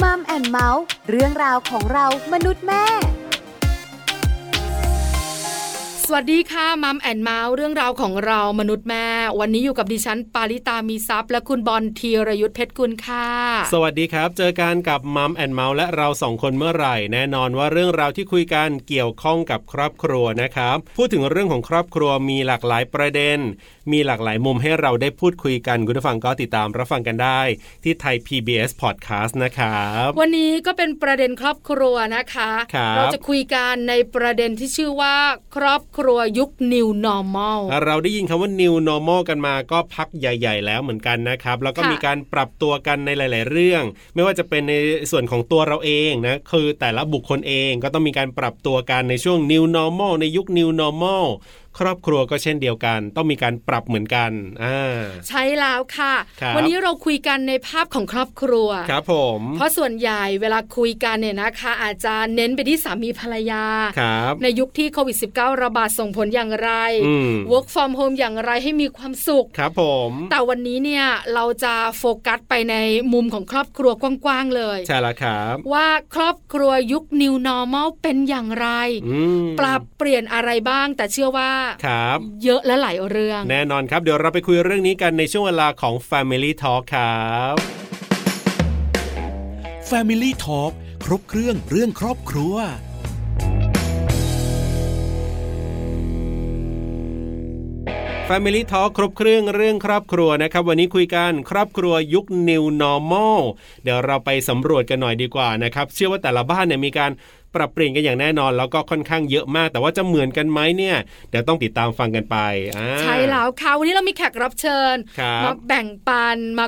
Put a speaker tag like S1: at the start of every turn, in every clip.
S1: มัมแอนเมาส์เรื่องราวของเรามนุษย์แม่
S2: สวัสดีค่ะมัมแอนเมาส์เรื่องราวของเรามนุษย์แม่ วันนี้อยู่กับดิฉัน ปาริตามีซัพย์ และคุณบอลธีรยุทธเพชรกุลค่ะ
S3: สวัสดีครับ เจอกันกับมัมแอนเมาส์และเราสองคนเมื่อไหร่ แน่นอนว่าเรื่องราวที่คุยกันเกี่ยวข้องกับครอบครัวนะครับ พูดถึงเรื่องของครอบครัวมีหลากหลายประเด็น มีหลากหลายมุมให้เราได้พูดคุยกัน คุณผู้ฟังก็ติดตามรับฟังกันได้ ที่ไทย PBS Podcast นะครับ
S2: วันนี้ก็เป็นประเด็นครอบครัวนะคะ
S3: ครับ
S2: เราจะคุยกันในประเด็นที่ชื่อว่า ครอบครัวยุค New Normal
S3: เราได้ยินคำว่า new normal กันมาก็พักใหญ่ ๆ แล้วเหมือนกันนะครับ แล้วก็
S2: ค่ะ
S3: มีการปรับตัวกันในหลาย ๆ เรื่อง ไม่ว่าจะเป็นในส่วนของตัวเราเองนะ คือแต่ละบุคคลเองก็ต้องมีการปรับตัวกันในช่วง new normal ในยุค new normal ครอบครัวก็เช่นเดียวกัน ต้องมีการปรับเหมือนกันอ่า
S2: ใช้แล้วค่ะ
S3: ครับ
S2: วันนี้เราคุยกันในภาพของครอบครัว
S3: ครับผม
S2: เพราะส่วนใหญ่เวลาคุยกันเนี่ยนะคะ อาจจะเน้นไปที่สามีภรรยา
S3: ครับ
S2: ในยุคที่โควิด -19 ระบาดส่งผลอย่างไร
S3: อืม
S2: work from home อย่างไรให้มีความสุข
S3: ครับผม
S2: แต่วันนี้เนี่ยเราจะโฟกัสไปในมุมของครอบครัวกว้างๆเลย
S3: ใช่และครับ
S2: ว่าครอบครัวยุค new normal เป็นอย่างไร
S3: อืม
S2: ปรับเปลี่ยนอะไรบ้าง แต่เชื่อว่า
S3: ครับ
S2: เยอะและหลายเรื่อง
S3: แน่นอนครับ เดี๋ยวเราไปคุยเรื่องนี้กันในช่วงเวลาของ Family Talk ครับ
S4: Family Talk ครบเครื่องเรื่องครอบครัว
S3: f a m i l y ่ทอครบเครื่องเรื่องครอบครัวนะครับ วันนี้คุยกันครอบครัวยุค New Normal เดี๋ยวเราไปสำรวจกันหน่อยดีกว่านะครับเชื่อว่าแต่ละบ้านเนี่ยมีการปรับเปลี่ยนกันอย่างแน่นอน แล้วก็ค่อนข้างเยอะมาก แต่ว่าจะเหมือนกันไหมเนี่ยเดี๋ยวต้องติดตามฟังกันไปอ่า
S2: ใช่แล้วค่ะวันนี้เรามีแขกรับเชิญ
S3: ครับ
S2: มาแบ่งปันมา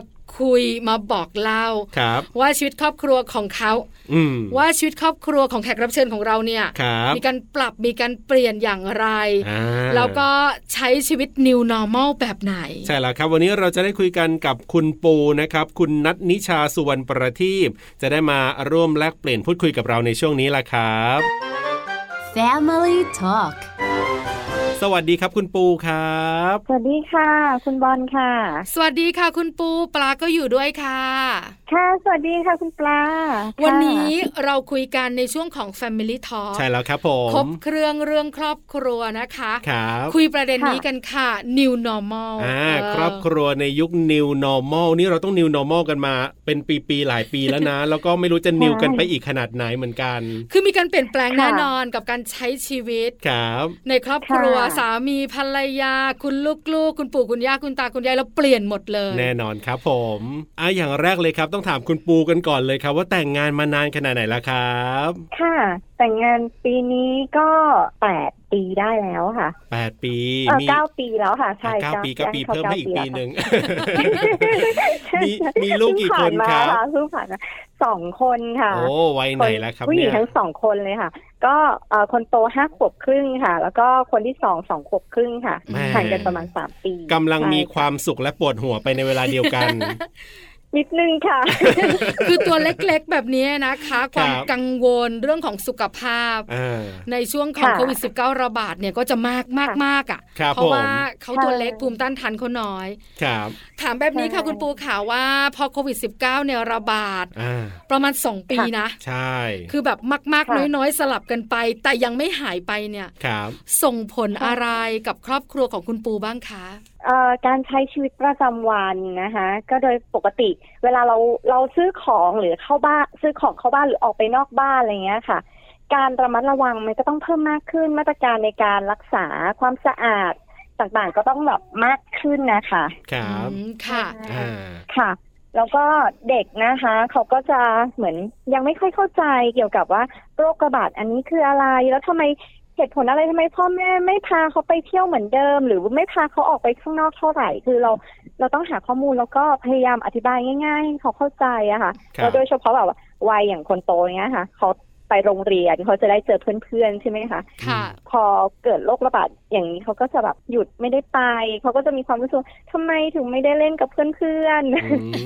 S2: คุยมาบอกเล่า
S3: ครับ
S2: ว่าชีวิตครอบครัวของเขา
S3: อืม
S2: ว่าชีวิตครอบครัวของแขกรับเชิญของเราเนี่ย
S3: ครับ
S2: มีการปรับมีการเปลี่ยนอย่างไร
S3: อ่า
S2: แล้วก็ใช้ชีวิต new normal แบบไหน
S3: ใช่แล้วครับ วันนี้เราจะได้คุยกันกับคุณปูนะครับ คุณนัทนิชาสุวรรณประทีปจะได้มาร่วมแลกเปลี่ยนพูดคุยกับเราในช่วงนี้ละครับ
S1: Family Talk
S3: สวัสดีครับคุณปูครับ
S5: สวัสดีค่ะ คุณบอลค่ะ
S2: สวัสดีค่ะคุณปูปลาก็อยู่ด้วยค่ะ
S5: ค่ะ สวัสดีค่ะคุณปลา
S2: วันนี้เราคุยกันในช่วงของ Family Talk
S3: ใช่แล้วครับผม
S2: ครบเครื่องเรื่องครอบครัวนะคะ
S3: ครับ
S2: คุยประเด็นนี้กันค่ะ new normal
S3: อ่า
S2: เ
S3: ครอบครัวในยุค new normal นี่เราต้อง new normal กันมา เป็นปีๆหลายปีแล้วนะ แล้วก็ไม่รู้จะ new กันไปอีกขนาดไหนเหมือนกัน
S2: คือมีการเปลี่ยนแปลงแน่นอนกับการใช้ชีวิต
S3: ครับ
S2: ในครอบครัวสามีภรรยา คุณลูกๆ คุณปู่คุณย่าคุณตาคุณยายเราเปลี่ยนหมดเลย
S3: แน่นอนครับผมอ่ะอย่างแรกเลยครับต้องถามคุณปูกันก่อนเลยครับ ว่าแต่งงานมานานขนาดไหนละครับ
S5: ค่ะ แต่งงานปีนี้ก็แปดปีได้แล้วค่ะ
S3: 8 ปี
S5: เออ
S3: มี
S5: เก้าปีแล้วค่ะ ใช่
S3: อ่ะเก้าปีก็ปีเพิ่มให้อีกปี หนึ่ง มีมีลูกกี่คน
S5: ค
S3: ครับ
S5: เพิ่งผ่านมาสองคนค่ะ
S3: โอ้ไวัยไหนละครับ
S5: ผู้หญิ
S3: เนี่
S5: ง
S3: ย
S5: ทั้งสองคนเลยค่ะ ก็เอ่อคนโตห้าขวบครึ่งค่ะ แล้วก็คนที่สองสองขวบครึ่งค่ะ
S2: แหม่
S5: ห่างกันประมาณสามปี
S3: กำลังมี
S5: ใช่
S3: ความสุขและปวดหัวไปในเวลาเดียวกัน
S5: นิดนึงค่ะ
S2: คือตัวเล็กๆ แบบนี้นะคะ ความ
S3: ครับ
S2: กังวลเรื่องของสุขภาพ
S3: อ่า
S2: ในช่วงของ
S5: ค่ะ
S2: โควิด -19 ระบาดเนี่ยก็จะมากมาก
S5: ค่ะ
S2: มากอ่ะ
S3: ครับ
S2: เพราะว่า
S3: ผม
S2: เขาตัวเล็ก
S5: ใช่
S2: ภูมิต้านทานเขาน้อย
S3: ครับ
S2: ถามแบบนี้ค่ะ
S5: ใช่
S2: คุณปูข่าวว่าพอโควิด -19 เนี่ยระบาด
S3: อ่า
S2: ประมาณ 2 ปีนะ
S3: ใช่
S2: คือแบบมาก ๆ น้อย ๆ สลับกันไป แต่ยังไม่หายไปเนี่ย
S3: ครับ
S2: ส่งผลอะไรกับครอบครัวของคุณปูบ้างคะ
S5: เอ่อการใช้ชีวิตประจำวันนะคะ ก็โดยปกติเวลาเราเราซื้อของหรือเข้าบ้านซื้อของเข้าบ้านหรือออกไปนอกบ้านอะไรเงี้ยค่ะ การระมัดระวังมันก็ต้องเพิ่มมากขึ้นมาตรการในการรักษาความสะอาดต่างๆก็ต้องแบบมากขึ้นนะคะ
S3: ครับ
S2: อืมค่ะ
S3: อ่า
S5: ค่ะ แล้วก็เด็กนะคะเขาก็จะเหมือนยังไม่ค่อยเข้าใจเกี่ยวกับว่าโรคระบาดอันนี้คืออะไรแล้วทำไมเหตุผลอะไรทำไมพ่อแม่ไม่พาเขาไปเที่ยวเหมือนเดิม หรือไม่พาเขาออกไปข้างนอกเท่าไหร่ คือเราเราต้องหาข้อมูลแล้วก็พยายามอธิบายง่ายๆให้เขาเข้าใจอะค่ะ
S3: ครับ
S5: แล้วโดยเฉพาะแบบว่าวัยอย่างคนโตเนี้ยค่ะเขาไปโรงเรียนเขาจะได้เจอเพื่อนๆใช่ไหมคะ
S2: ค่ะ
S5: พอเกิดโรคระบาดอย่างนี้เขาก็จะแบบหยุดไม่ได้ไปเขาก็จะมีความรู้สึกว่าทำไมถึงไม่ได้เล่นกับเพื่อนๆ
S3: อื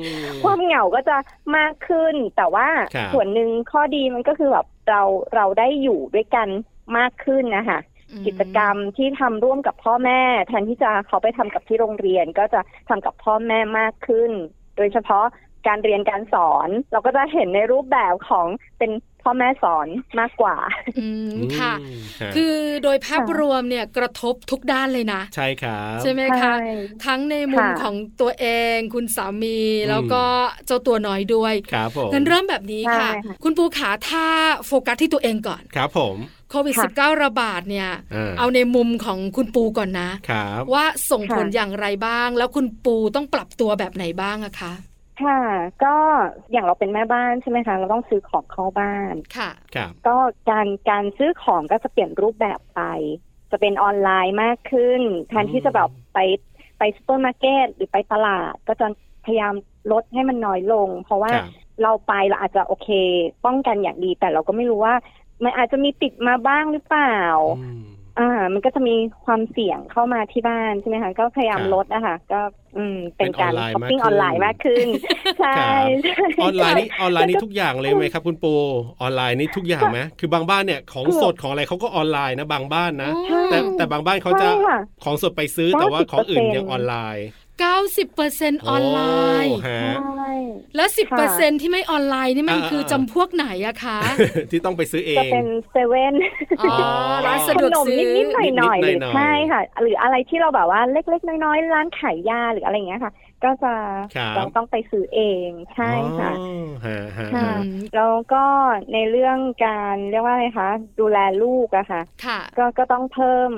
S3: ม
S5: ความเหงาก็จะมากขึ้น แต่ว่า
S3: ครับ
S5: ส่วนหนึ่งข้อดีมันก็คือแบบเราเราได้อยู่ด้วยกันมากขึ้นนะคะกิจกรรมที่ทำร่วมกับพ่อแม่ แทนที่จะเขาไปทำกับที่โรงเรียนก็จะทำกับพ่อแม่มากขึ้น โดยเฉพาะ การเรียนการสอน เราก็จะเห็นในรูปแบบของเป็นพ่อแม่สอนมากกว่า
S2: อืมค่ะ
S3: อืมฮะ
S2: คือโดยภาพ
S5: ค่ะ
S2: รวมเนี่ยกระทบทุกด้านเลยนะ
S3: ใช่ครับ
S2: ใช่ไหมคะ
S5: ใช่
S2: ทั้งในมุม
S5: ค่ะ
S2: ของตัวเอง คุณสามี
S3: อืม
S2: แล้วก็เจ้าตัวน้อยด้วย
S3: ครับผม
S2: งั้นเริ่มแบบนี้ค่ะ
S5: ได้ค่ะ
S2: คุณปูขาถ้าโฟกัสที่ตัวเองก่อน
S3: ครับผม
S2: โควิด -19 ระบาดเนี่ย
S3: อ่า
S2: เอาในมุมของคุณปูก่อนนะ
S3: ครับ
S2: ว่าส่งผล
S5: ค่ะ
S2: อย่างไรบ้าง แล้วคุณปูต้องปรับตัวแบบไหนบ้างอะคะ
S5: ค่ะ ก็อย่างเราเป็นแม่บ้านใช่ไหมคะเราต้องซื้อของเข้าบ้าน
S2: ค่ะ
S3: ครับ
S5: ก็การการซื้อของก็จะเปลี่ยนรูปแบบไป จะเป็นออนไลน์มากขึ้นแทนที่จะแบบไปไปซูเปอร์มาร์เก็ตหรือไปตลาด ก็จะพยายามลดให้มันน้อยลง เพราะว่า
S3: ครับ
S5: เราไปเราอาจจะโอเค ป้องกันอย่างดี แต่เราก็ไม่รู้ว่า มันอาจจะมีติดมาบ้างหรือเปล่า
S3: อืม
S5: อ่า มันก็จะมีความเสี่ยงเข้ามาที่บ้านใช่ไหมคะ ก็พยายาม
S3: ครับ
S5: ลดนะคะก็อืมเป็น
S3: เป็น
S5: การ
S3: ออนไลน์
S5: ช้อปปิ้ง
S3: มากขึ้น
S5: ออนไลน์มากขึ้นใช่
S3: ครับ
S5: ใช่
S3: ออนไลน์นี่
S5: ใช่
S3: ออนไลน์นี่ทุกอย่างเลยไหมครับคุณปูออนไลน์นี่ทุกอย่างไหมคือบางบ้านเนี่ยของสดของอะไรเขาก็ออนไลน์นะบางบ้านนะ
S5: ใช่
S3: แต่แต่บางบ้านเขาจะ
S5: ใช่ค่ะ
S3: ของสดไปซื้อแต่ว่า
S5: 90%
S3: ของอื่นยังออนไลน์
S2: 90%ออนไลน์
S3: โอ้ฮะ
S5: ใช่
S2: แล้ว
S5: ค่
S2: 10%ที่ไม่ออนไลน์นี่มัน
S3: อ่า
S2: คือ
S3: อ่า
S2: จำพวกไหนอะคะ
S3: ที่ต้องไปซื้อเอ
S5: จะ
S3: ง
S5: เป็นเซเว่น
S2: อ๋อร้านสะด
S5: ข
S2: วก
S5: นม
S2: ซื้อ
S5: นิดๆหน่อยๆห
S3: นิดๆหน่
S5: รือ
S3: อยๆ
S5: ใช่ค่ะ หรืออะไรที่เราแบบว่าเล็ก ๆ น้อยๆร้านขายยาหรืออะไรอย่างเงี้ยค่ะ ก็จะ
S3: ครับ
S5: เราต้องไปซื้อเองใช่ค่ะ
S3: อ๋อฮะฮะ
S5: ค่ะ
S3: ฮะ
S5: แล้วก็ในเรื่องการเรียกว่าอะไรคะดูแลลูกอะค่ะ
S2: ค่ะ
S5: ก็ก็ต้องเพิ่ม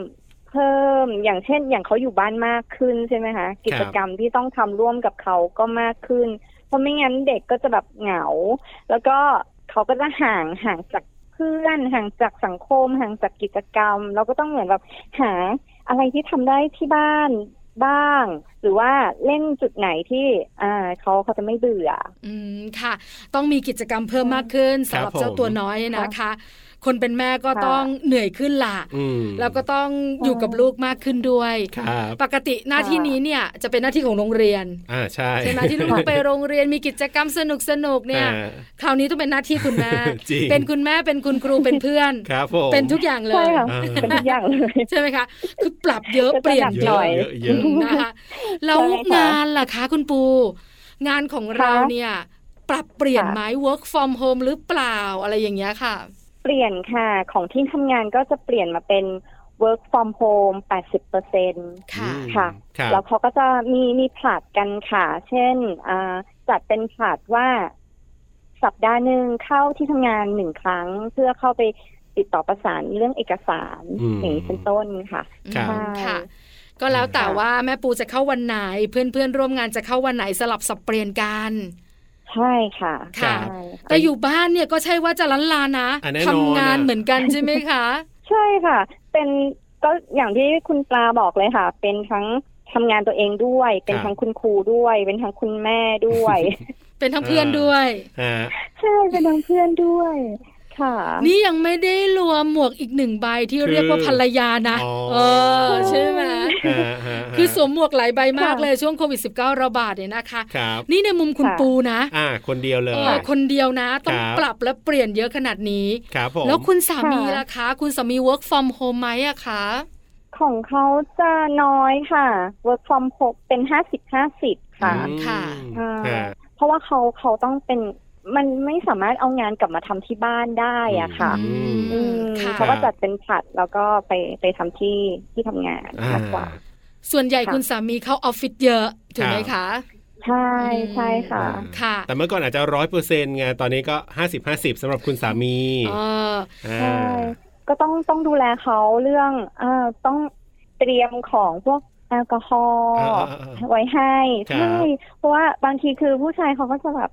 S5: เพิ่มอย่างเช่น อย่างเขาอยู่บ้านมากขึ้นใช่ไหมคะกิจกรรมที่ต้องทำร่วมกับเขาก็มากขึ้น เพราะไม่งั้นเด็กก็จะแบบเหงา แล้วก็เขาก็จะห่างห่างจากเพื่อนห่างจากสังคม ห่างจากกิจกรรม เราก็ต้องเหมือนแบบหาอะไรที่ทำได้ที่บ้านบ้าง หรือว่าเล่นจุดไหนที่อ่าเขาเขาจะไม่เบื่อ
S2: อืมค่ะ ต้องมีกิจกรรมเพิ่มมากขึ้น
S3: ครั
S2: สำ
S3: บ
S2: หรับเจ้าตัวน้อย
S5: ผม
S2: นะคะ คนเป็นแม่ก็
S5: ค่ะ
S2: ต้องเหนื่อยขึ้นล่ะ
S3: อืม
S2: แล้วก็ต้องอยู่กับลูกมากขึ้นด้วย
S3: ครับ
S2: ปกติหน้าที่นี้เนี่ยจะเป็นหน้าที่ของโรงเรียน
S3: อ่าใช่
S2: ใช่ไหมที่ลูกๆไปโรงเรียนมีกิจกรรมสนุกสนุกๆเนี่ย
S3: อ่า
S2: คราวนี้ต้องเป็นหน้าที่คุณแม่
S3: จริง
S2: เป็นคุณแม่เป็นคุณครูเป็นเพื่อน
S3: ครับผม
S2: เป็นทุกอย่างเล
S5: ใช่
S2: ย
S5: ค่ะ
S3: อ่า
S5: เป็นทุกอย่างเลย
S2: ใช่ไหมคะ คือปรับเยอะ
S5: ก็จะ
S2: เปลี่ยน
S5: หนัก
S2: เย
S5: หน่
S2: อะ
S5: อย
S3: เยอะ
S2: ม นะคะ แล้ว
S5: ใช่ค่ะ
S2: งานล่ะคะคุณปู งานของเรา
S5: ค่ะ
S2: เนี่ย ปรับเปลี่ยน
S5: ค่ะ
S2: ไหม work from home หรือเปล่าอะไรอย่างเงี้ยค่ะ
S5: เปลี่ยนค่ะ ของที่ทำงานก็จะเปลี่ยนมาเป็น work from home 80เปอร์เซ็น
S2: ค่ะ
S3: อืม
S5: ค่ะ
S3: ครับ
S5: แล้วเขาก็จะมีมีผลัดกันค่ะ เช่นอ่าจัดเป็นผลัดว่าสัปดาห์หนึ่งเข้าที่ทำงานหนึ่งครั้ง เพื่อเข้าไปติดต่อประสานเรื่องเอกสาร
S3: อืม
S5: อย่างนี้เป็นต้นค่ะ
S3: ครับ
S2: อืมค่ะ
S5: ค่ะ
S2: ก็แล้วแต่
S5: ค่ะ
S2: ว่าแม่ปูจะเข้าวันไหน เพื่อนๆ ร่วมงานจะเข้าวันไหนสลับสับเปลี่ยนกัน
S5: ใช่ค่ะ
S2: ค่ะ
S5: ใช่ค่ะ
S2: แต่อยู่บ้านเนี่ยก็ใช่ว่าจะล้านลานะ
S3: อ่ะแน่นอน
S2: ทำงาน
S3: อ่ะ
S2: เหมือน กันใช่ไหมคะ
S5: ใช่ค่ะ เป็นก็อย่างที่คุณปลาบอกเลยค่ะ เป็นทั้งทำงานตัวเองด้วย เป็นทั้งคุณครูด้วย เป็นทั้งคุณแม่ด้วย
S2: เป็นทั้งเพื่อนด้วย
S3: ฮะ
S5: ใช่เป็นทั้งเพื่อนด้วย ค่ะ
S2: นี่ยังไม่ได้รวมหมวกอีกหนึ่งใบที่เรียกว่าภรรยานะ
S3: อ๋อ
S2: เออ ใช่ไหม
S3: ฮะฮะ
S2: คือสวมหมวกหลายใบมาก
S5: ค่ะ
S2: เลยช่วงโควิด -19 ระบาดเนี่ยนะคะ
S3: ครับ
S2: นี่ในมุมคุณ
S5: ค่ะ
S2: ปูนะ
S3: อ่า คนเดียวเล
S2: เอย อคนเดียวนะ ต้อง
S3: ครับ
S2: ปรับและเปลี่ยนเยอะขนาดนี้
S3: ครับผม
S2: แล้วคุณสามี
S5: ค่ะ
S2: ล่ะคะ คุณสามี work from home ไหมอะคะ
S5: ของเขาจะน้อยค่ะ work from home เป็นห้าสิบห้าสิบค่ะ
S2: อืม
S3: อืม
S5: ค่ะ
S3: ฮะ
S5: เพราะว่าเขาเขาต้องเป็นมันไม่สามารถเอางานกลับมาทำที่บ้านได้อะค่ะ
S3: อืม
S5: อืม
S2: ค่ะ
S5: เขาก็จัดเป็นผัดแล้วก็ไปไปทำที่ที่ทำงานมากกว่า
S3: อ่า
S2: ส่วนใหญ่
S5: ค่ะ
S2: คุณสามีเข้าออฟฟิศเยอะถูกไหมคะ
S5: ใช่ใช่ค่ะ
S3: อ่า
S2: ค่ะ
S3: แต่เมื่อก่อนอาจจะร้อยเปอร์เซ็นต์ไงตอนนี้ก็ห้าสิบห้าสิบสำหรับคุณสามี
S2: เออ
S3: อ่า
S5: ใช่ ก็ต้องต้องดูแลเขาเรื่องอ่าต้องเตรียมของพวกแอลกอฮอล์
S3: อ่าอ่าอ่า
S5: ไว้ให้
S3: ครับ
S5: ใช่เพราะว่าบางทีคือผู้ชายเขาก็จะแบบ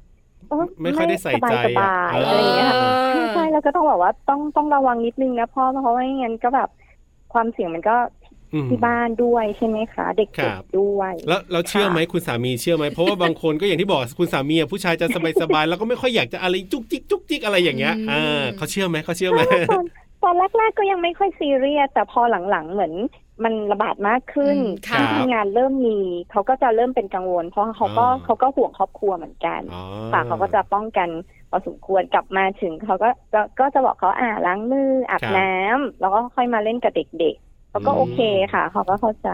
S5: โอ๊ย
S3: ไม่ค่อยได้ใส่ใจ
S5: สบาย
S3: อะ
S5: ๆอะไรอย่างเงี้ย
S2: เออ
S5: ใช่ใช่แล้วก็ต้องบอกว่าต้องต้องระวังนิดนึงนะพ่อเพราะว่าไม่งั้นก็แบบความเสี่ยงมันก็
S3: อืม
S5: ที่บ้านด้วยใช่ไหมคะ เด็ก
S3: ครับ
S5: ๆด้วย
S3: แล้วเราเชื่อไหม
S5: ค่ะ
S3: คุณสามีเชื่อไหมเพราะว่าบางคนก็อย่างที่บอกคุณสามีอะผู้ชายจะสบายสบายๆแล้วก็ไม่ค่อยอยากจะอะไรจุกจิกจุกจิกอะไรอย่างเงี้ย
S2: อืม
S3: อ่าเขาเชื่อไหมเขาเชื่อไหม
S5: ตอนตอนแรกๆก็ยังไม่ค่อยซีเรียสแต่พอหลังๆ เหมือนมันระบาดมากขึ้น
S2: อืมค่ะ
S5: ที่ทำงานเริ่มมี เขาก็จะเริ่มเป็นกังวล เพราะเขาก็
S3: อ๋อ
S5: เขาก็ห่วงครอบครัวเหมือนกัน
S3: อ๋อ
S5: ป่าเขาก็จะป้องกันพอสมควรกลับมาถึงเขาก็จะก็จะบอกเขาอ่าล้างมืออาบน้ำแล้วก็ค่อยมาเล่นกับเด็ก เขาก็
S3: อืม
S5: โอเคค่ะ เขาก็เข้าใจ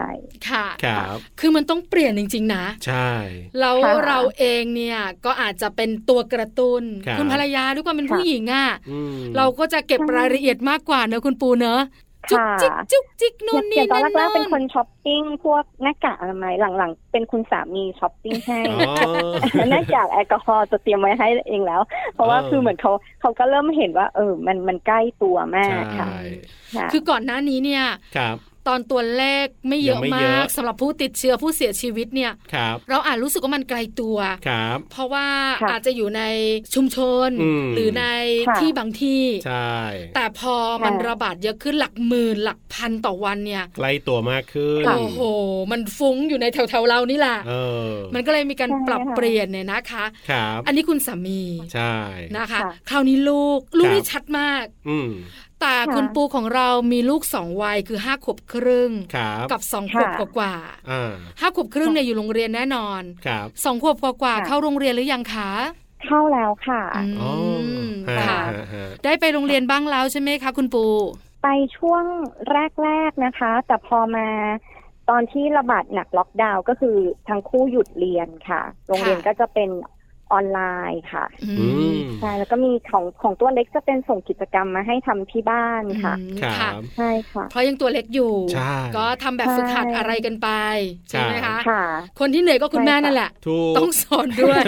S2: ค่ะ
S3: ครับ
S2: คือมันต้องเปลี่ยนจริง ๆ นะ
S3: ใช่
S2: แล้ว
S5: ค่ะ
S2: เราเองเนี่ยก็อาจจะเป็นตัวกระตุน้น
S3: ครับ
S2: ณภรรยาด้วยความเป็นผู้หญิงอะ่ะ
S3: อืม
S2: เราก็จะเก็บรายละเอียดมากกว่าเนอะคุณปูเนอะจุก
S5: ค่ะ
S2: จิกจุกจิกนู่น
S5: อ
S2: นี่
S5: ย่างตอน
S2: นั่น
S5: แรกๆเป็นค
S2: โน่
S5: น
S2: น
S5: ช้อปปิ้งพวกหน้ากากอนามัยหลังๆ เป็นคุณสามีช้อปปิ้งให้
S3: อ๋อ
S5: หน้ากากแอลกอฮอล์จะเตรียมไว้ให้เองแล้ว เพราะว่า
S3: เออ
S5: คือเหมือนเขาเขาก็เริ่มเห็นว่า เออ มันมันใกล้ตัวมาก
S3: ใช่
S5: ค่ะะ
S2: คือก่อนหน้านี้เนี่ย
S3: ครับ
S2: ตอนตัวเลขไม่เยอะ
S3: ยังไม่เย
S2: มาก
S3: อะ
S2: สำหรับผู้ติดเชื้อผู้เสียชีวิตเนี่ย
S3: ครับ
S2: เราอาจรู้สึกว่ามันไกลตัว
S3: ครับ
S2: เพราะว่า
S5: ค่ะ
S2: อาจจะอยู่ในชุมชน
S3: อืม
S2: หรือในที่บางที่
S3: ใช่
S2: แต่พอมันระบาดเยอะขึ้นหลักหมื่นหลักพันต่อวันเนี่ย
S3: ใกล้ตัวมากขึ้น
S2: โอ้โห มันฟุ้งอยู่ในแถวๆเรานี่แหละ
S3: เออ
S2: มันก็เลยมีการ
S5: ใช่ค่ะ
S2: ปรับเปลี่ยนเนี่ยนะคะ
S3: ครับ
S2: อันนี้คุณสามี
S3: ใช่
S2: นะคะ
S5: ค่ะ
S2: คราวนี้ลูก ลูก
S3: ครับ
S2: นี่ชัดมาก
S3: อืม
S2: แต่
S5: ค่ะ
S2: คุณปูของเรามีลูกสองวัยคือห้าขวบครึ่ง
S3: ครับ
S2: กับสองขวบ
S5: ค่ะ
S2: กว่า
S3: อ่า
S2: ๆห้าขวบครึ่งเนี่ยอยู่โรงเรียนแน่นอน
S3: ครับ
S2: สองขวบกว่าๆ
S5: ค่ะ
S2: เข้าโรงเรียนหรือยังคะ
S5: เข้าแล้วค่ะ
S3: อ๋อ
S2: ม
S3: ฮะ
S2: ค่ะ
S3: ฮะฮะ
S2: ได้ไปโรงเรียนบ้างแล้วใช่ไหมคะคุณปู
S5: ไปช่วงแรก ๆนะคะ แต่พอมาตอนที่ระบาดหนักล็อกดาวน์ก็คือทั้งคู่หยุดเรียนค่ะ โรงเรียนก็จะเป็นออนไลน์ค่ะ
S2: อื
S3: อื
S2: ม
S3: ม
S5: ใช่แล้วก็มีของของตัวเล็กจะเป็นส่งกิจกรรมมาให้ทำที่บ้านค่ะ
S2: อืม
S3: ค
S2: ค่ะ
S3: รับ
S5: ใช่ค่ะ
S2: เพราะยังตัวเล็กอยู่
S3: ใช่
S2: ก็ทำแบบฝึกหัด
S5: ใช่
S2: อะไรกันไปใช่ไหมคะ
S5: ค่ะ
S2: คนที่เหนื่อยก็คุณ
S5: ใช่
S2: แม่
S5: ค่ะ
S2: นั่นแหละ
S3: ถูก
S2: ต้องสอนด้วย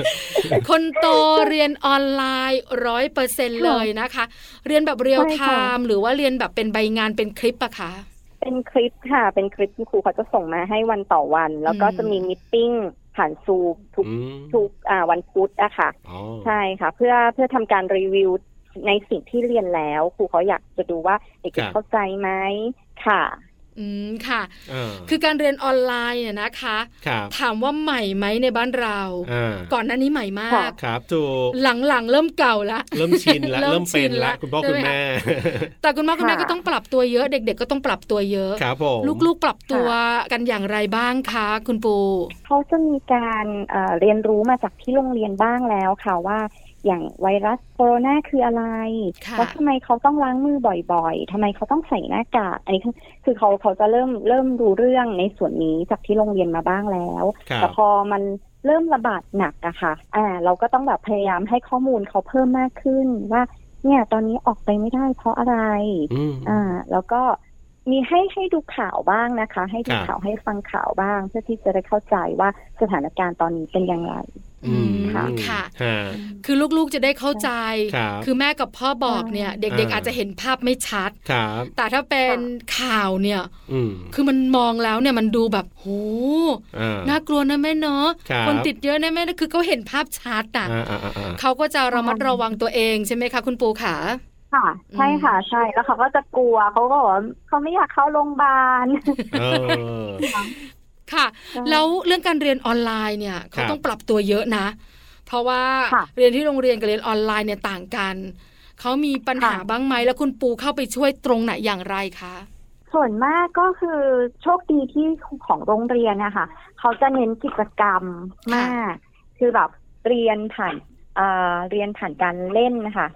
S2: คนโตเรียนออนไลน์ร้อยเปอร์เซ็นเลยนะคะ เรียนแบบเรียลไท
S5: ใช่ค่ะ
S2: ม์หรือว่าเรียนแบบเป็นใบงานเป็นคลิปอะคะ
S5: เป็นคลิปค่ะ เป็นคลิปที่ครูเขาจะส่งมาให้วันต่อวัน แล้วก็
S2: อืม
S5: จะมีมิทติ้งผ่านซูมทุก
S3: อืม
S5: ทุกอ่าวันพุธอะค่ะ
S3: อ๋อ
S5: ใช่ค่ะ เพื่อเพื่อทำการรีวิวในสิ่งที่เรียนแล้วครูเขาอยากจะดูว่าเด็กๆเข้าใจไหมค่ะ
S2: อืมค่ะ
S3: อ่า
S2: คือการเรียนออนไลน์เนี่ยนะคะ
S3: ครับ
S2: ถามว่าใหม่ไหมในบ้านเรา
S3: อ่า
S2: ก่อนหน้านี้ใหม่มาก
S5: ค่ะ
S3: ครับถูก
S2: หลังๆ เริ่มเก่าละ
S3: เริ่มชินละ
S2: เริ่
S3: เริ่
S2: ม
S3: ม
S2: ชิ
S3: เป็น น
S2: ละ
S3: ละ คุณพ่อ
S2: ใช่
S3: คุณ
S2: ไหม
S3: แม่
S2: แต่คุณพ่อคุณแม่
S5: ค่ะ
S2: ก็ต้องปรับตัวเยอะ เด็ก ๆ ก็ต้องปรับตัวเยอะ
S3: ครับผม
S2: ลูกๆ ปรับตัวกันอย่างไรบ้างคะ คุณปู
S5: เขาจะมีการเอ่อเรียนรู้มาจากที่โรงเรียนบ้างแล้วค่ะว่า อย่างไวรัสโคโรนาคืออะไร
S2: ค่ะ
S5: แล้วทำไมเขาต้องล้างมือบ่อยๆทำไมเขาต้องใส่หน้ากากอันนี้คือคือเขาเขาจะเริ่มเริ่มรู้เรื่องในส่วนนี้จากที่โรงเรียนมาบ้างแล้ว
S3: ครั
S5: แต่
S3: บ
S5: พอมันเริ่มระบาดหนักอะค่ะ อ่า เราก็ต้องแบบพยายามให้ข้อมูลเขาเพิ่มมากขึ้นว่า เนี่ยตอนนี้ออกไปไม่ได้เพราะอะไร
S3: อืม
S5: อ่า แล้วก็มีให้ให้ดูข่าวบ้างนะคะ ให้ดู
S3: ครับ
S5: ข่าวให้ฟังข่าวบ้าง เพื่อที่จะได้เข้าใจว่าสถานการณ์ตอนนี้เป็นอย่างไร
S3: อืม
S5: ค่ะ
S2: ค่ะ
S3: ฮะ
S2: คือลูกๆ จะได้เข้าใจ
S3: ครับ
S2: คือแม่กับพ่อบอกเนี่ย เด็กๆ
S3: อ่า
S2: อาจจะเห็นภาพไม่ชัด
S3: ครับ
S2: แต่ถ้าเป็นข่าวเนี่ย
S3: อืม
S2: คือมันมองแล้วเนี่ยมันดูแบบโห
S3: อ่า
S2: น่ากลัวนะแม่เนาะ
S3: ครับ
S2: คนติดเยอะนะแม่นะคือเขาเห็นภาพชัดอ่ะ
S3: อ่าอ่าอ่าอ่า
S2: เขาก็จะระมัดระวังตัวเองใช่ไหมคะคุณปูขา
S5: ค่ะ
S2: อืม
S5: ใช่ค่ะ ใช่ แล้วเขาก็จะกลัว เขาก็บอกว่าเขาไม่อยากเข้าโรงพยาบาล
S3: เออ
S2: ค่ะ
S5: ใช่
S2: แล้วเรื่องการเรียนออนไลน์เนี่ย
S3: ครั
S2: เขา
S3: บ
S2: ต้องปรับตัวเยอะนะ เพราะว่า
S5: ค่ะ
S2: เรียนที่โรงเรียนกับเรียนออนไลน์เนี่ยต่างกัน เขามีปัญหา
S5: ค่ะ
S2: บ้างไหมแล้วคุณปูเข้าไปช่วยตรงไหนอย่างไรคะ
S5: ส่วนมากก็คือโชคดีที่ของโรงเรียนนะคะเขาจะเน้นกิจกรรมมาก คือแบบเรียนผ่านเอ่อเรียนผ่านการเล่นนะคะ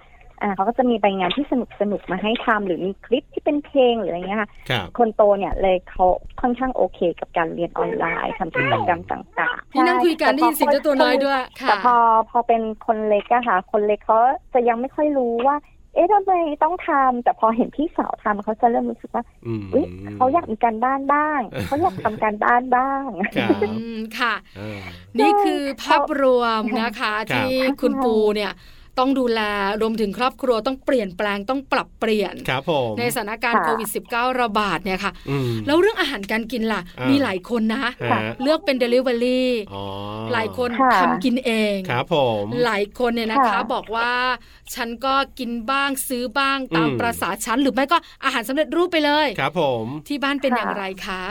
S5: อ่าเขาก็จะมีไปงานที่สนุกสนุกๆมาให้ทำหรือมีคลิปที่เป็นเพลงหรืออะไรเงี้ยค่ะ
S3: ครับ
S5: คนโตเนี่ยเลยเขาค่อนข้างโอเคกับการเรียนออนไลน์ทำกิจกรรมต่างๆ
S2: ที่นั่งคุยกันได้
S5: ใช่
S2: ยินเสียงเจ้าตัวน้อยด้วยค่ะ
S5: แต่พอพอเป็นคนเล็กอะค่ะ คนเล็กเขาจะยังไม่ค่อยรู้ว่า เอ๊ะทำไมต้องทำแต่พอเห็นพี่สาวทำเขาจะเริ่มรู้สึกว่า
S3: อืม
S5: อุ๊ยเขาอยากมีการบ้าน บ้าง เขาอยากทำการบ้านบ้าง
S3: ครับ
S2: อืมค่ะ
S3: อ่า
S2: นี่คือภาพรวมนะคะ
S3: ครับ
S2: ที่คุณปูเนี่ยต้องดูแลรวมถึงครอบครัวต้องเปลี่ยนแปลงต้องปรับเปลี่ยน
S3: ครับผม
S2: ในสถานการณ์
S5: ค่ะ
S2: โควิด -19 ระบาดเนี่ยค่ะ
S3: อืม
S2: แล้วเรื่องอาหารการกินล่ะ
S3: อ่ามี
S2: มีหลายคนนะ
S3: ฮะ
S2: เลือกเป็น Delivery
S3: อ๋อ
S2: หลายคน
S5: ค่ะ
S2: ทำกินเอง
S3: ครับผม
S2: หลายคนเนี่ยนะคะ
S5: ค่ะ
S2: บอกว่า ฉันก็กินบ้างซื้อบ้างตาม
S3: อืม
S2: ประสาฉันหรือไม่ก็อาหารสำเร็จรูปไปเลย
S3: ครับผม
S2: ที่บ้านเป็น
S5: ค่ะ
S2: อย่างไรคะ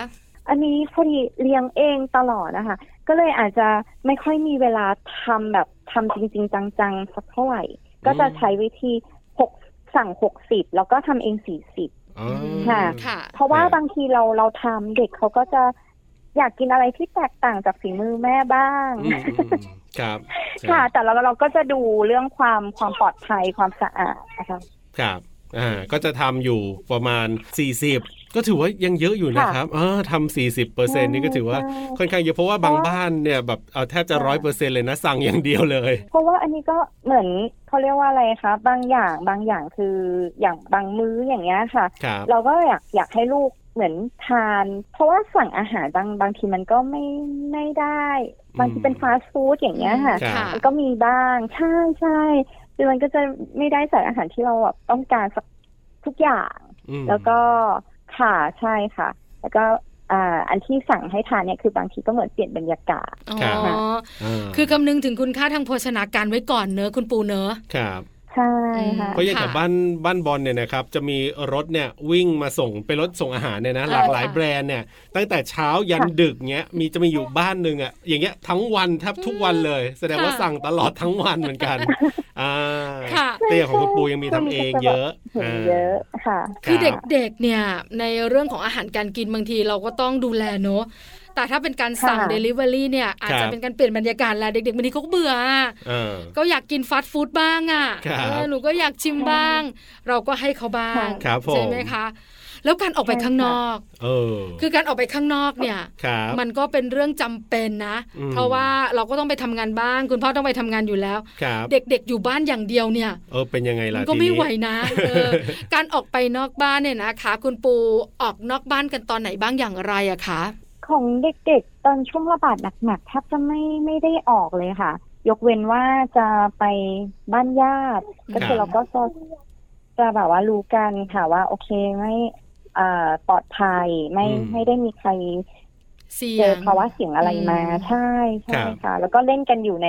S5: อันนี้พอดีเลี้ยงเองตลอดนะคะ ก็เลยอาจจะไม่ค่อยมีเวลาทำแบบทำจริง ๆ จังๆสักเท่าไหร่ ก็จะใช้วิธีหกสั่งหกสิบแล้วก็ทำเองสี่สิบ
S3: อ๋อ
S5: ค่ะ
S2: ค่ะ
S5: เพราะว่า
S3: ครับ
S5: บางทีเราเราทำเด็กเขาก็จะอยากกินอะไรที่แตกต่างจากฝีมือแม่บ้าง
S3: อืมอืมอืมครับ
S5: ค่ะ แต่เราเราก็จะดูเรื่องความความปลอดภัยความสะอาดนะคะ
S3: ครับ อ่า ก็จะทำอยู่ประมาณ 40 ก็ถือว่ายังเยอะอยู่นะครับอ่าทำสี่สิบเปอร์เซ็นนี่ก็ถือว่า
S5: ใช่
S3: ค่อนข้างเยอะเพราะว่าบางบ้านเนี่ยแบบเอาแทบจะร้อยเปอร์เซ็นเลยนะสั่งอย่างเดียวเลย
S5: เพราะว่าอันนี้ก็เหมือนเขาเรียกว่าอะไรคะบางอย่างบางอย่างคืออย่างบางมื้ออย่างเงี้ยค่ะ
S3: ครับ
S5: เราก็อยากอยากให้ลูกเหมือนทาน เพราะว่าสั่งอาหารบางบางทีมันก็ไม่ไม่ได้ บางทีเป็นฟาสต์ฟู้ดอย่างเงี้ยค่ะ
S3: ครับ
S5: มันก็มีบ้างใช่ใช่คือมันก็จะไม่ได้ใส่อาหารที่เราแบบต้องการสักทุกอย่าง
S3: อืม
S5: แล้วก็ค่ะใช่ค่ะ แล้วก็อ่าอันที่สั่งให้ทานเนี่ยคือบางทีก็เหมือนเปลี่ยนบรรยากาศ
S2: อ๋อ
S3: ครับ อ่า
S2: คือคำนึงถึงคุณค่าทางโภชนาการไว้ก่อนเนอะคุณปูเนอะ
S3: ครับ
S5: ใช่ค่ะ
S3: เพราะอย่าง
S2: ค่ะ
S3: กับบ้านบ้านบอลเนี่ยนะครับจะมีรถเนี่ยวิ่งมาส่งเป็นรถส่งอาหารเนี่ยนะหลากหลาย
S2: ค่ะ
S3: แบรนด์เนี่ยตั้งแต่เช้ายันดึกเนี้ยมีจะมีอยู่บ้านหนึ่งอ่ะอย่างเงี้ยทั้งวันแทบทุกวันเลย แสดงว่าสั่งตลอดทั้งวันเหมือนกันอ่า
S2: ค่ะ
S3: แต่อย่างของคุณปูยังมีทำเองเยอะ
S5: เห็นเยอะค่ะ
S2: คือ
S3: รับ
S2: เด็กๆ เนี่ยในเรื่องของอาหารการกินบางทีเราก็ต้องดูแลเนอะแต่ถ้าเป็นการสั่ง
S5: ค่ะ
S2: Delivery เนี่ยอาจ
S3: ครั
S2: จะ
S3: บ
S2: เป็นการเปลี่ยนบรรยากาศแหละเด็กๆบางทีเขาก็เบื่ออะ
S3: เออ
S2: ก็อยากกินฟาสต์ฟู้ดบ้างอะ่ะ
S3: ครับ
S2: เออหนูก็อยากชิมบ้าง เราก็ให้เขาบ้าง
S3: ครับผม
S2: ใช่ไหมคะ แล้วการออกไปข้างนอก
S3: เออ
S2: คือการออกไปข้างนอกเนี่ย
S3: ครับ
S2: มันก็เป็นเรื่องจำเป็นนะ
S3: อืม
S2: เพราะว่าเราก็ต้องไปทำงานบ้าง คุณพ่อต้องไปทำงานอยู่แล้ว
S3: ครับ
S2: เด็กๆ อยู่บ้านอย่างเดียวเนี่ย
S3: เออเป็นยังไง
S2: มั
S3: ล่ะ
S2: นก็
S3: ที
S2: ไม่
S3: นี้
S2: ไหวนะเอ อ การออกไปนอกบ้านเนี่ยนะคะ คุณปูออกนอกบ้านกันตอนไหนบ้างอย่างไรอะคะ
S5: ของเด็กๆ ตอนช่วงระบาดหนักๆแทบจะไม่ไม่ได้ออกเลยค่ะ ยกเว้นว่าจะไปบ้านญาติ ก็คือ
S3: ครับ
S5: เราก็จะจะแบบว่ารู้กันค่ะว่า โอเคไม่เอ่อปลอดภัยไม่
S3: อืม
S5: ไม่ได้มีใคร
S2: เสี
S5: เจ
S2: ย
S5: อง ภาวะเสี่ยงอะไรมา
S2: อืม
S5: ใช่ใช่ค่ะ แล้วก็เล่นกันอยู่ใน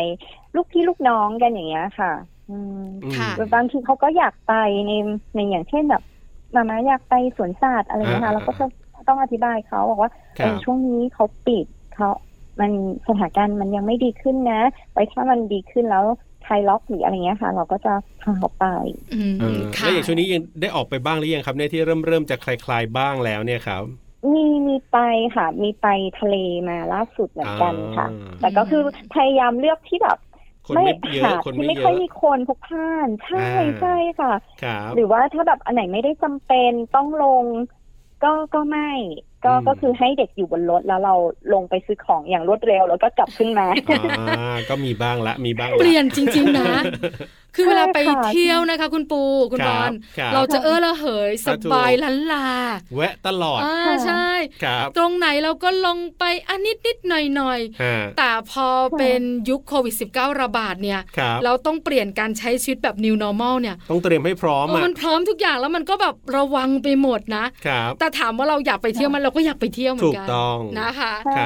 S5: ลูกพี่ลูกน้องกันอย่างเงี้ยค่ะ อืม
S3: อืม
S2: ค่ะ
S5: บางทีเขาก็อยากไปในในอย่างเช่นแบบมาม่าอยากไปสวนสัตว์อะไรอย่างเงี้ย
S3: อ่า
S5: ค่ะเราก็จะต้องอธิบายเขาบอกว่า
S3: ครับ
S5: เออช่วงนี้เขาปิดเขามันสถานการณ์มันยังไม่ดีขึ้นนะไว้ถ้ามันดีขึ้นแล้วคลายล็อกหรืออะไรเงี้ยค่ะ เราก็จะพาเขาไป
S2: อืม
S3: เออ
S2: ค่ะ
S3: แล้วอย่างช่วงนี้ยังได้ออกไปบ้างหรือยังครับเนี่ยที่เริ่มเริ่มจะคลายๆบ้างแล้วเนี่ยครับ
S5: มีมีไปค่ะ มีไปทะเลมาล่าสุดเหมือนกันค่ะ
S3: อ่า
S5: แต่ก็คือพยายามเลือกที่แบบ
S3: คนไม่เยอะ
S5: หา
S3: คน
S5: ที่
S3: ไม่
S5: ไม่
S3: เย
S5: ค่อ
S3: อะ
S5: ยมีคนพลุกพล่านใช่
S3: อ่า
S5: ใช่ค่ะ
S3: ครับ
S5: หรือว่าถ้าแบบอันไหนไม่ได้จำเป็นต้องลง ก็ก็ไม่ ก็
S3: อืม
S5: ก็คือให้เด็กอยู่บนรถแล้วเราลงไปซื้อของอย่างรวดเร็วแล้วก็กลับขึ้นมา
S3: อ่าก็มีบ้างละมีบ้างะ
S2: เปลี่ยนจริง ๆนะ คือเวลาไป
S5: ใช่ค่ะ
S2: เที่ยวนะคะ คุณปูคุณ
S3: ค
S2: บ
S3: รับ
S2: อล
S3: ครับ
S2: เราจะเออระเหยส
S3: อ่าถูก
S2: บายลันลา
S3: แวะตลอด
S2: อ่าใช่
S3: ครับ
S2: ตรงไหนเราก็ลงไปอันนิดนิดๆหน่อยหน่อยๆ
S3: ฮะ
S2: แต่พอเป็นยุคโควิด -19 ระบาดเนี่ย
S3: ครับ
S2: เราต้องเปลี่ยนการใช้ชีวิตแบบ new normal เนี่ย
S3: ต้องเตรียมให้พร้อม
S2: เออ
S3: อ่ะ
S2: มันพร้อมทุกอย่างแล้วมันก็แบบระวังไปหมดนะ
S3: ครับ
S2: แต่ถามว่าเราอยากไปเที่ยวมันเราก็อยากไปเที่ยวเหมือนกั
S3: ถูกต้อง
S2: นะคะ
S3: ครับ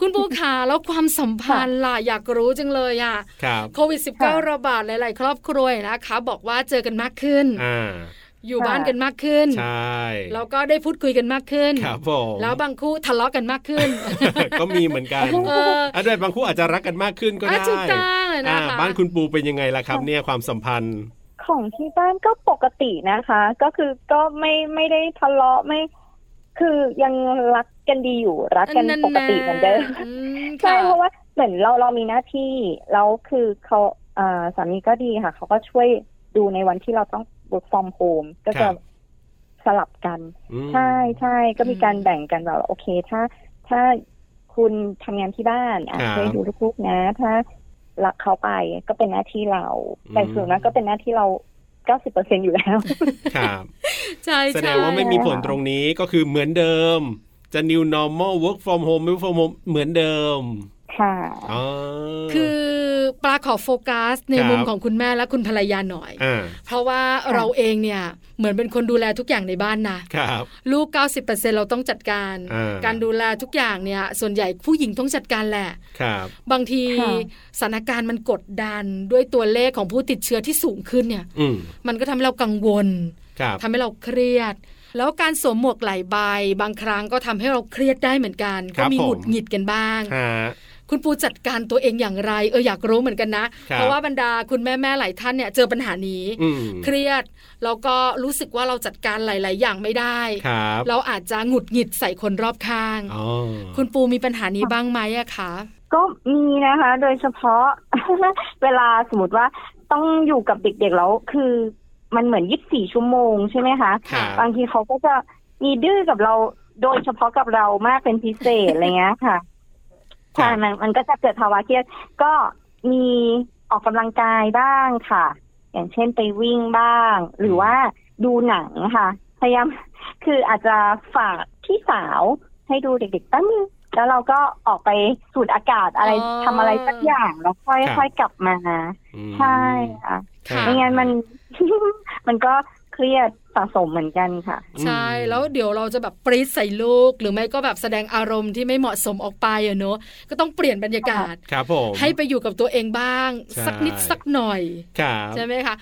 S2: คุณปูขาแล้วความสัมพันธ์ล่ะอยากรู้จังเลยอ่ะ
S3: ครับ
S2: โควิด -19 ระบาดหลาย ๆ ครอบครัวนะคะ บอกว่าเจอกันมากขึ้น
S3: อ่า
S2: อยู่บ้านกันมากขึ้น
S3: ใช่
S2: แล้วก็ได้พูดคุยกันมากขึ้น
S3: ครับผม
S2: แล้วบางคู่ทะเลาะกันมากขึ้น
S3: ก็มีเหมือนกัน
S2: เออ
S3: อาจจะบางคู่อาจจะรักกันมากขึ้นก็
S2: อ่ะ
S3: ได้
S2: ถูกต้องเลย
S3: อ่า
S2: นะคะ
S3: บ้านคุณปูเป็นยังไงล่ะครับ เนี่ยความสัมพันธ์
S5: ของที่บ้านก็ปกตินะคะ ก็คือก็ไม่ไม่ได้ทะเลาะไม่ คือยังรักกันดีอยู่ รักกันปกติเหมือนเดิม
S2: อืม
S5: ใช่
S2: ค่ะ
S5: เพราะว่าเหมือนเราเรามีหน้าที่แล้วคือเขาอ่าสามีก็ดีค่ะ เขาก็ช่วยดูในวันที่เราต้อง work from home ก็จะสลับกัน
S3: อืม
S5: ใช่ใช่ก็มี
S2: อืม
S5: การแบ่งกันแบบว่าโอเคถ้า ถ้าคุณทำงานที่บ้านอ่ะ
S3: ครับ
S5: ช่วยดูลูกๆนะ ถ้ารักเขาไปก็เป็นหน้าที่เรา
S3: อืม
S5: แต่ส่วนมากก็เป็นหน้าที่เราเก้าสิบเปอร์เซ็นอยู่ แล้ว
S3: ครับ
S2: ใช่
S3: แสด
S2: ใช่
S3: งว่าไม่มีผลตรงนี้ก็คือเหมือนเดิม จะ new normal work from home work from home เหมือนเดิม
S5: ค่ะ
S3: อ๋อ
S2: คือปลาขอโฟกัสใน
S3: ครับ
S2: มุมของคุณแม่และคุณภรรยาหน่อย
S3: อ่า
S2: เพราะว่าเราเองเนี่ยเหมือนเป็นคนดูแลทุกอย่างในบ้านนะครับ ลูก 90%เราต้องจัดการ
S3: อ่า
S2: การดูแลทุกอย่างเนี่ยส่วนใหญ่ผู้หญิงต้องจัดการแหละ
S3: ครับ
S2: บางที
S5: ค่ะ
S2: สถานการณ์มันกดดันด้วยตัวเลขของผู้ติดเชื้อที่สูงขึ้นเนี่ย
S3: อืม
S2: มันก็ทำให้เรากังวล
S3: ครับ
S2: ทำให้เราเครียด แล้วการสวมหมวกหลายใบ บางครั้งก็ทำให้เราเครียดได้เหมือนกัน ก็มีหงุดหงิดกันบ้าง
S3: ฮะ
S2: คุณปูจัดการตัวเองอย่างไรเอออยากรู้เหมือนกันนะ
S3: ครับ
S2: เพราะว่าบรรดาคุณแม่แม่ๆหลายท่านเนี่ยเจอปัญหานี้
S3: อืม
S2: เครียดแล้วก็รู้สึกว่าเราจัดการหลาย ๆ อย่างไม่ได้
S3: ครับ
S2: เราอาจจะหงุดหงิดใส่คนรอบข้าง
S3: อ๋อ
S2: คุณปูมีปัญหานี้บ้างไหมอะคะ
S5: ก็มีนะคะ โดยเฉพาะ เวลาสมมติว่าต้องอยู่กับเด็กๆแล้วคือมันเหมือนยี่สิบสี่ชั่วโมงใช่ไหมคะ
S3: ครับ
S5: บางทีเขาก็จะ มีดื้อกับเราโดยเฉพาะกับเรามากเป็นพิเศษ อะไรเงี้ยค่ะ
S3: ครั
S5: ค่ะ
S3: บ
S5: มันมันก็จะเกิดภาวะเครียดก็มีออกกำลังกายบ้างค่ะ อย่างเช่นไปวิ่งบ้าง หรือว่าดูหนังค่ะ พยายาม คืออาจจะฝากพี่สาวให้ดูเด็กๆแป๊บนึงแล้วเราก็ออกไปสูดอากาศอะไร
S2: อ๋อ
S5: ทำอะไรสักอย่างแล้วค่อย
S3: ครับ
S5: ค่อยกลับมา
S3: อืม
S5: ใช่ค่ะ
S3: ค่ะ
S2: ค่ะ
S5: ไม่งั้น มัน มันก็เครียดสะสมเหมือนกันค่ะ
S2: ใช่
S3: อืม
S2: แล้วเดี๋ยวเราจะแบบปรี๊ดใส่ลูก หรือไม่ก็แบบแสดงอารมณ์ที่ไม่เหมาะสมออกไปอะเนอะก็ต้องเปลี่ยนบรรยากาศ
S3: ครับผม
S2: ให้ไปอยู่กับตัวเองบ้าง
S3: ใช่
S2: สักนิดสักหน่อย
S3: ครับ
S2: ใช่ไหมคะ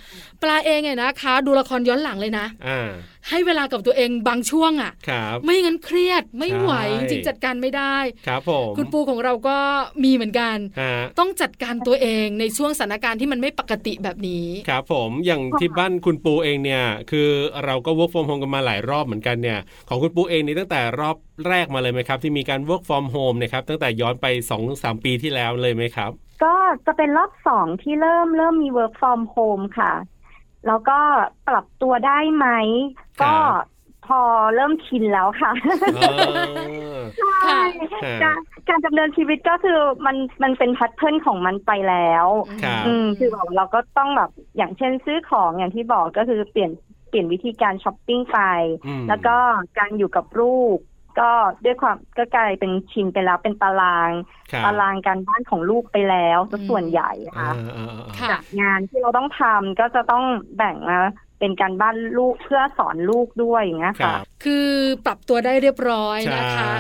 S2: ปลาเองเนี่ยนะคะ ดูละครย้อนหลังเลยนะ
S3: อ่า
S2: ให้เวลากับตัวเองบางช่วงอ่ะ
S3: ครับ
S2: ไม่งั้นเครียดไม่ไหว
S3: ใช่
S2: จริงๆจัดการไม่ได้
S3: ครับผม
S2: คุณปูของเราก็มีเหมือนกัน
S3: ฮะ
S2: ต้องจัดการตัวเองในช่วงสถานการณ์ที่มันไม่ปกติแบบนี้
S3: ครับผมอย่าง
S5: ค่ะ
S3: ที่บ้านคุณปูเองเนี่ย คือเราก็ work from home กันมาหลายรอบเหมือนกันเนี่ย ของคุณปูเองนี่ตั้งแต่รอบแรกมาเลยไหมครับ ที่มีการ work from home เนะครับตั้งแต่ย้อนไป2อสปีที่แล้วเลยไหมครับ
S5: ก็จะเป็นรอบสองที่เริ่มเริ่มมี work from home ค่ะ แล้วก็ปรับตัวได้ไหม
S3: ครับ
S5: ก็พอเริ่มชินแล้วค่ะ
S3: เออ
S2: ค่ะ
S3: ค่ะ
S5: การการดำเนินชีวิตก็คือมันมันเป็นแพทเทิร์นของมันไปแล้ว
S3: ครับ
S5: อืมคือแบบเราก็ต้องแบบอย่างเช่นซื้อของอย่างที่บอกก็คือเปลี่ยนเปลี่ยนวิธีการช้อปปิ้งไป
S3: อืม
S5: แล้วก็การอยู่กับลูก ก็ด้วยความก็กลายเป็นชินไปแล้วเป็นตาราง
S3: ครับ
S5: ตารางการบ้านของลูกไปแล้วซะ
S2: อืม
S5: ส่วนใหญ่
S3: อ่า
S5: ค่ะ
S3: อ่าอ่าอ่า
S2: ค่ะ
S5: งานที่เราต้องทำก็จะต้องแบ่งมาเป็นการบ้านลูกเพื่อสอนลูกด้วยอย่างเงี้ย
S3: ค
S5: ค่ะ
S3: รับ
S2: คือปรับตัวได้เรียบร้อย
S3: ใช่
S2: นะคะ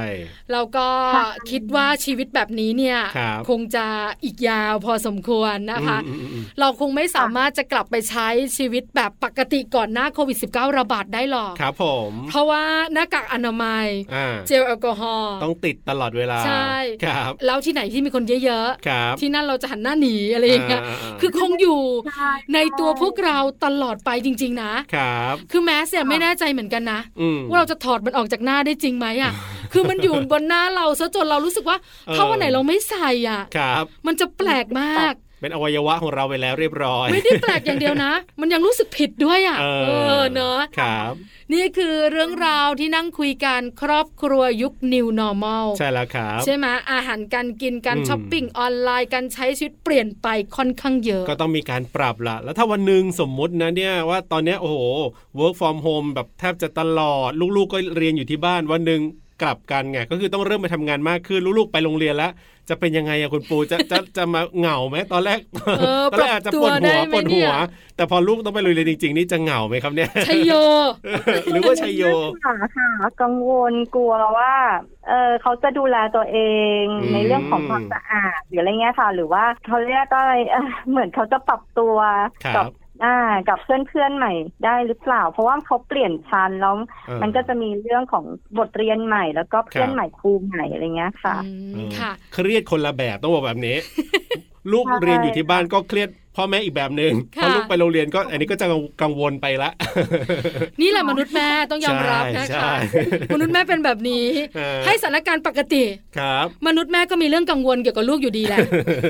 S2: แล้วก็
S5: ค่ะ
S2: คิดว่าชีวิตแบบนี้เนี่ย
S3: ครับ
S2: งจะอีกยาวพอสมควรนะคะ
S3: อืมอืมอืม
S2: เราคงไม่สามารถจะกลับไปใช้ชีวิตแบบปกติก่อนหน้าโควิด -19 ระบาดได้หรอก
S3: ครับผม
S2: เพราะว่าหน้ากากอนามัย
S3: อ่า
S2: เจลแอลกอฮอล์
S3: ต้องติดตลอดเวลา
S2: ใช่
S3: ครับ
S2: แล้วที่ไหนที่มีคนเยอะ
S3: ครับ
S2: ๆ ที่นั่นเราจะหันหน้าหนีอะไรอย่างเงี้ย
S3: า
S2: คือคงอยู่
S5: ใช่
S2: ในตัวพวกเราตลอดไปจริง ๆ นะ
S3: ครับ
S2: คือแมสเนี่ยไม่แน่ใจเหมือนกันนะ
S3: อืม
S2: ว่าเราจะถอดมันออกจากหน้าได้จริงไหม อ่ะ คือมันอยู่บนหน้าเราซะจนเรารู้สึกว่า
S3: เออ
S2: ถ้าวันไหนเราไม่ใส่อ่ะ
S3: ครับ
S2: มันจะแปลกมาก
S3: เป็นอวัยวะของเราไปแล้วเรียบร้อย
S2: ไม่ได้แปลกอย่างเดียว นะ มันยังรู้สึกผิดด้วยอ่ะ
S3: เออ
S2: เออเนอะ
S3: ครับ
S2: นี่คือเรื่องราวที่นั่งคุยกันครอบครัวยุค new normal
S3: ใช่แล้วครับ
S2: ใช่ไหมอาหารการกินการ
S3: อืม
S2: ช้อปปิ้งออนไลน์การใช้ชีวิตเปลี่ยนไปค่อนข้างเยอะ
S3: ก็ต้องมีการปรับละแล้วถ้าวันหนึ่งสมมุตินะเนี่ยว่าตอนเนี้ยโอ้โห work from home แบบแทบจะตลอด ลูกๆก็เรียนอยู่ที่บ้านวันหนึ่งกลับกันไงก็คือต้องเริ่มไปทำงานมากขึ้นลูกๆไปโรงเรียนแล้วจะเป็นยังไงอะคุณปูจะจะจะมาเหงาไหมตอนแรก
S2: เออ
S3: ตอนแรกอาจจะปวด
S2: ปรับตัวได้
S3: หัว
S2: ไหม
S3: ปวดหัว
S2: เนี่ย
S3: แต่พอลูกต้องไปโรงเรียนจริงๆนี่จะเหงาไหมครับเนี่ย
S2: ชัยโย
S3: หรือว่าชัยโย
S5: ค่ะค่ะกังวลกลัวว่าเออเขาจะดูแลตัวเอง
S3: อืม
S5: ในเรื่องของความสะอาดหรืออะไรเงี้ยค่ะ หรือว่าเขาเรียกอะไร เอ่อเหมือนเขาจะปรับตัว
S3: ครั
S5: กับ
S3: บ
S5: อ่า กับเพื่อนๆใหม่ได้หรือเปล่า เพราะว่าเขาเปลี่ยนชั้นแล้ว
S3: เออ
S5: มันก็จะมีเรื่องของบทเรียนใหม่ แล้วก็เพื่อน
S3: ครับ
S5: ใหม่ครูใหม่อะไรเงี้ยค่ะ
S2: อืม
S3: เออ
S2: ค่ะ
S3: เครียดคนละแบบต้องบอกแบบนี้ ลูก
S5: ใช่
S3: เรียนอยู่ที่บ้านก็เครียดพ่อแม่อีกแบบหนึ่ง
S2: ค่ะ
S3: พอลูกไปโรงเรียนก็ อันนี้ก็จะกังวลไปละ
S2: นี่แหละมนุษย์แม่ต้องยอมรับ
S3: ใช่
S2: นะ
S3: ใช่
S2: คะมนุษย์แม่เป็นแบบนี้
S3: เออ
S2: ให้สถานการณ์ปกติ
S3: ครับ
S2: มนุษย์แม่ก็มีเรื่องกังวลเกี่ยวกับลูกอยู่ดีแหละ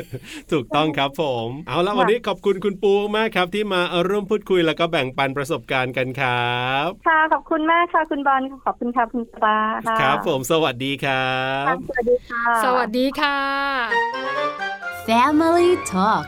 S3: ถูกต้องครับผม เอาละวันนี้ขอบคุณคุณปูมากครับ ที่มาร่วมพูดคุยแล้วก็แบ่งปันประสบการณ์กันครับ
S5: ค่ะ ขอบคุณมากค่ะคุณบอลขอบคุณค่ะคุณปลาค่ะ
S3: ครับผมสวัสดีครับ
S5: สวัสดีค่ะ
S2: สวัสดีค่ะ
S1: Family Talk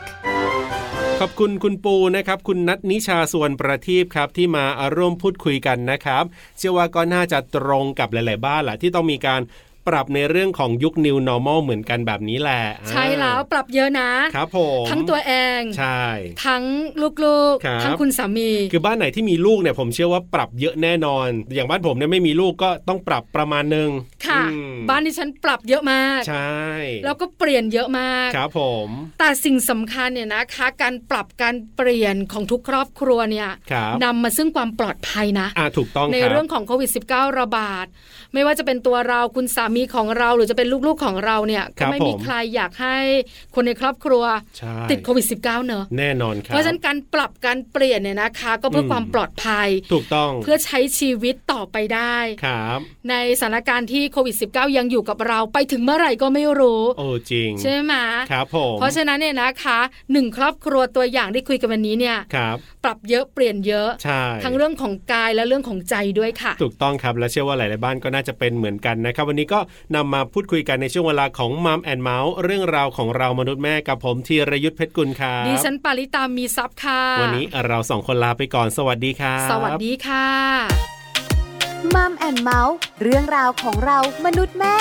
S3: ขอบคุณคุณปูนะครับ คุณนัทนิชาส่วนประทีปครับที่มาร่วมพูดคุยกันนะครับ เชื่อว่าก็น่าจะตรงกับหลาย ๆ บ้านแหละที่ต้องมีการปรับในเรื่องของยุค new normal เหมือนกันแบบนี้แหละ
S2: ใช่แล้วปรับเยอะนะ
S3: ครับผม
S2: ทั้งตัวเอง
S3: ใช่
S2: ทั้งลูก
S3: ครับ
S2: ๆ ทั้งคุณสามี
S3: คือบ้านไหนที่มีลูกเนี่ยผมเชื่อว่าปรับเยอะแน่นอน อย่างบ้านผมเนี่ยไม่มีลูกก็ต้องปรับประมาณหนึง
S2: ค่ะ
S3: อืม
S2: บ้านที่ฉันปรับเยอะมาก
S3: ใช่
S2: แล้วก็เปลี่ยนเยอะมาก
S3: ครับผม
S2: แต่สิ่งสำคัญเนี่ยนะคะ การปรับการเปลี่ยนของทุกครอบครัวเนี่ย
S3: ครับ
S2: นำมาซึ่งความปลอดภัยนะ
S3: อ่าถูกต้อง
S2: ใน
S3: ครับ
S2: เรื่องของโควิด -19 ระบาด ไม่ว่าจะเป็นตัวเราคุณสา มีของเราหรือจะเป็นลูกๆของเราเนี่ย
S3: ครั
S2: ก็
S3: บ
S2: ไม่มี
S3: ผม
S2: ใครอยากให้คนในครอบครัว
S3: ใช่
S2: ติดโควิด -19 เนอะ
S3: แน่นอนครั
S2: เพ
S3: บ
S2: ราะฉะนั้นการปรับการเปลี่ยนเนี่ยนะคะ ก็เพื่ออ
S3: ม
S2: ความปลอดภัย
S3: ถูกต้อง
S2: เพื่อใช้ชีวิตต่อไปได้
S3: ครับ
S2: ในสถานการณ์ที่โควิด -19 ยังอยู่กับเราไปถึงเมื่อไหร่ก็ไม่รู้
S3: โอ้จริง
S2: ใช่ไหม
S3: ครับผม
S2: เพราะฉะนั้นเนี่ยนะคะหนึ่งครอบครัวตัวอย่างที่คุยกันวันนี้เนี่ย
S3: ครับ
S2: ปรับเยอะเปลี่ยนเยอะ
S3: ใช่
S2: ทั้งเรื่องของกายและเรื่องของใจด้วยค่ะ
S3: ถูกต้องครับและเชื่อว่าหลาย ๆ บ้านก็น่าจะเป็นเหมือนกันนะครับ วันนี้ก็นำมาพูดคุยกันในช่วงเวลาของมัมแอนเมาส์เรื่องราวของเรามนุษย์แม่กับผมธีรยุทธเพชรกุลครับ
S2: ดิฉันปาริตามีซับค่ะ
S3: วันนี้เราสองคนลาไปก่อนสวัสดีครับ
S2: สวัสดีค่ะ
S1: มัมแอนเมาส์เรื่องราวของเรามนุษย์แม่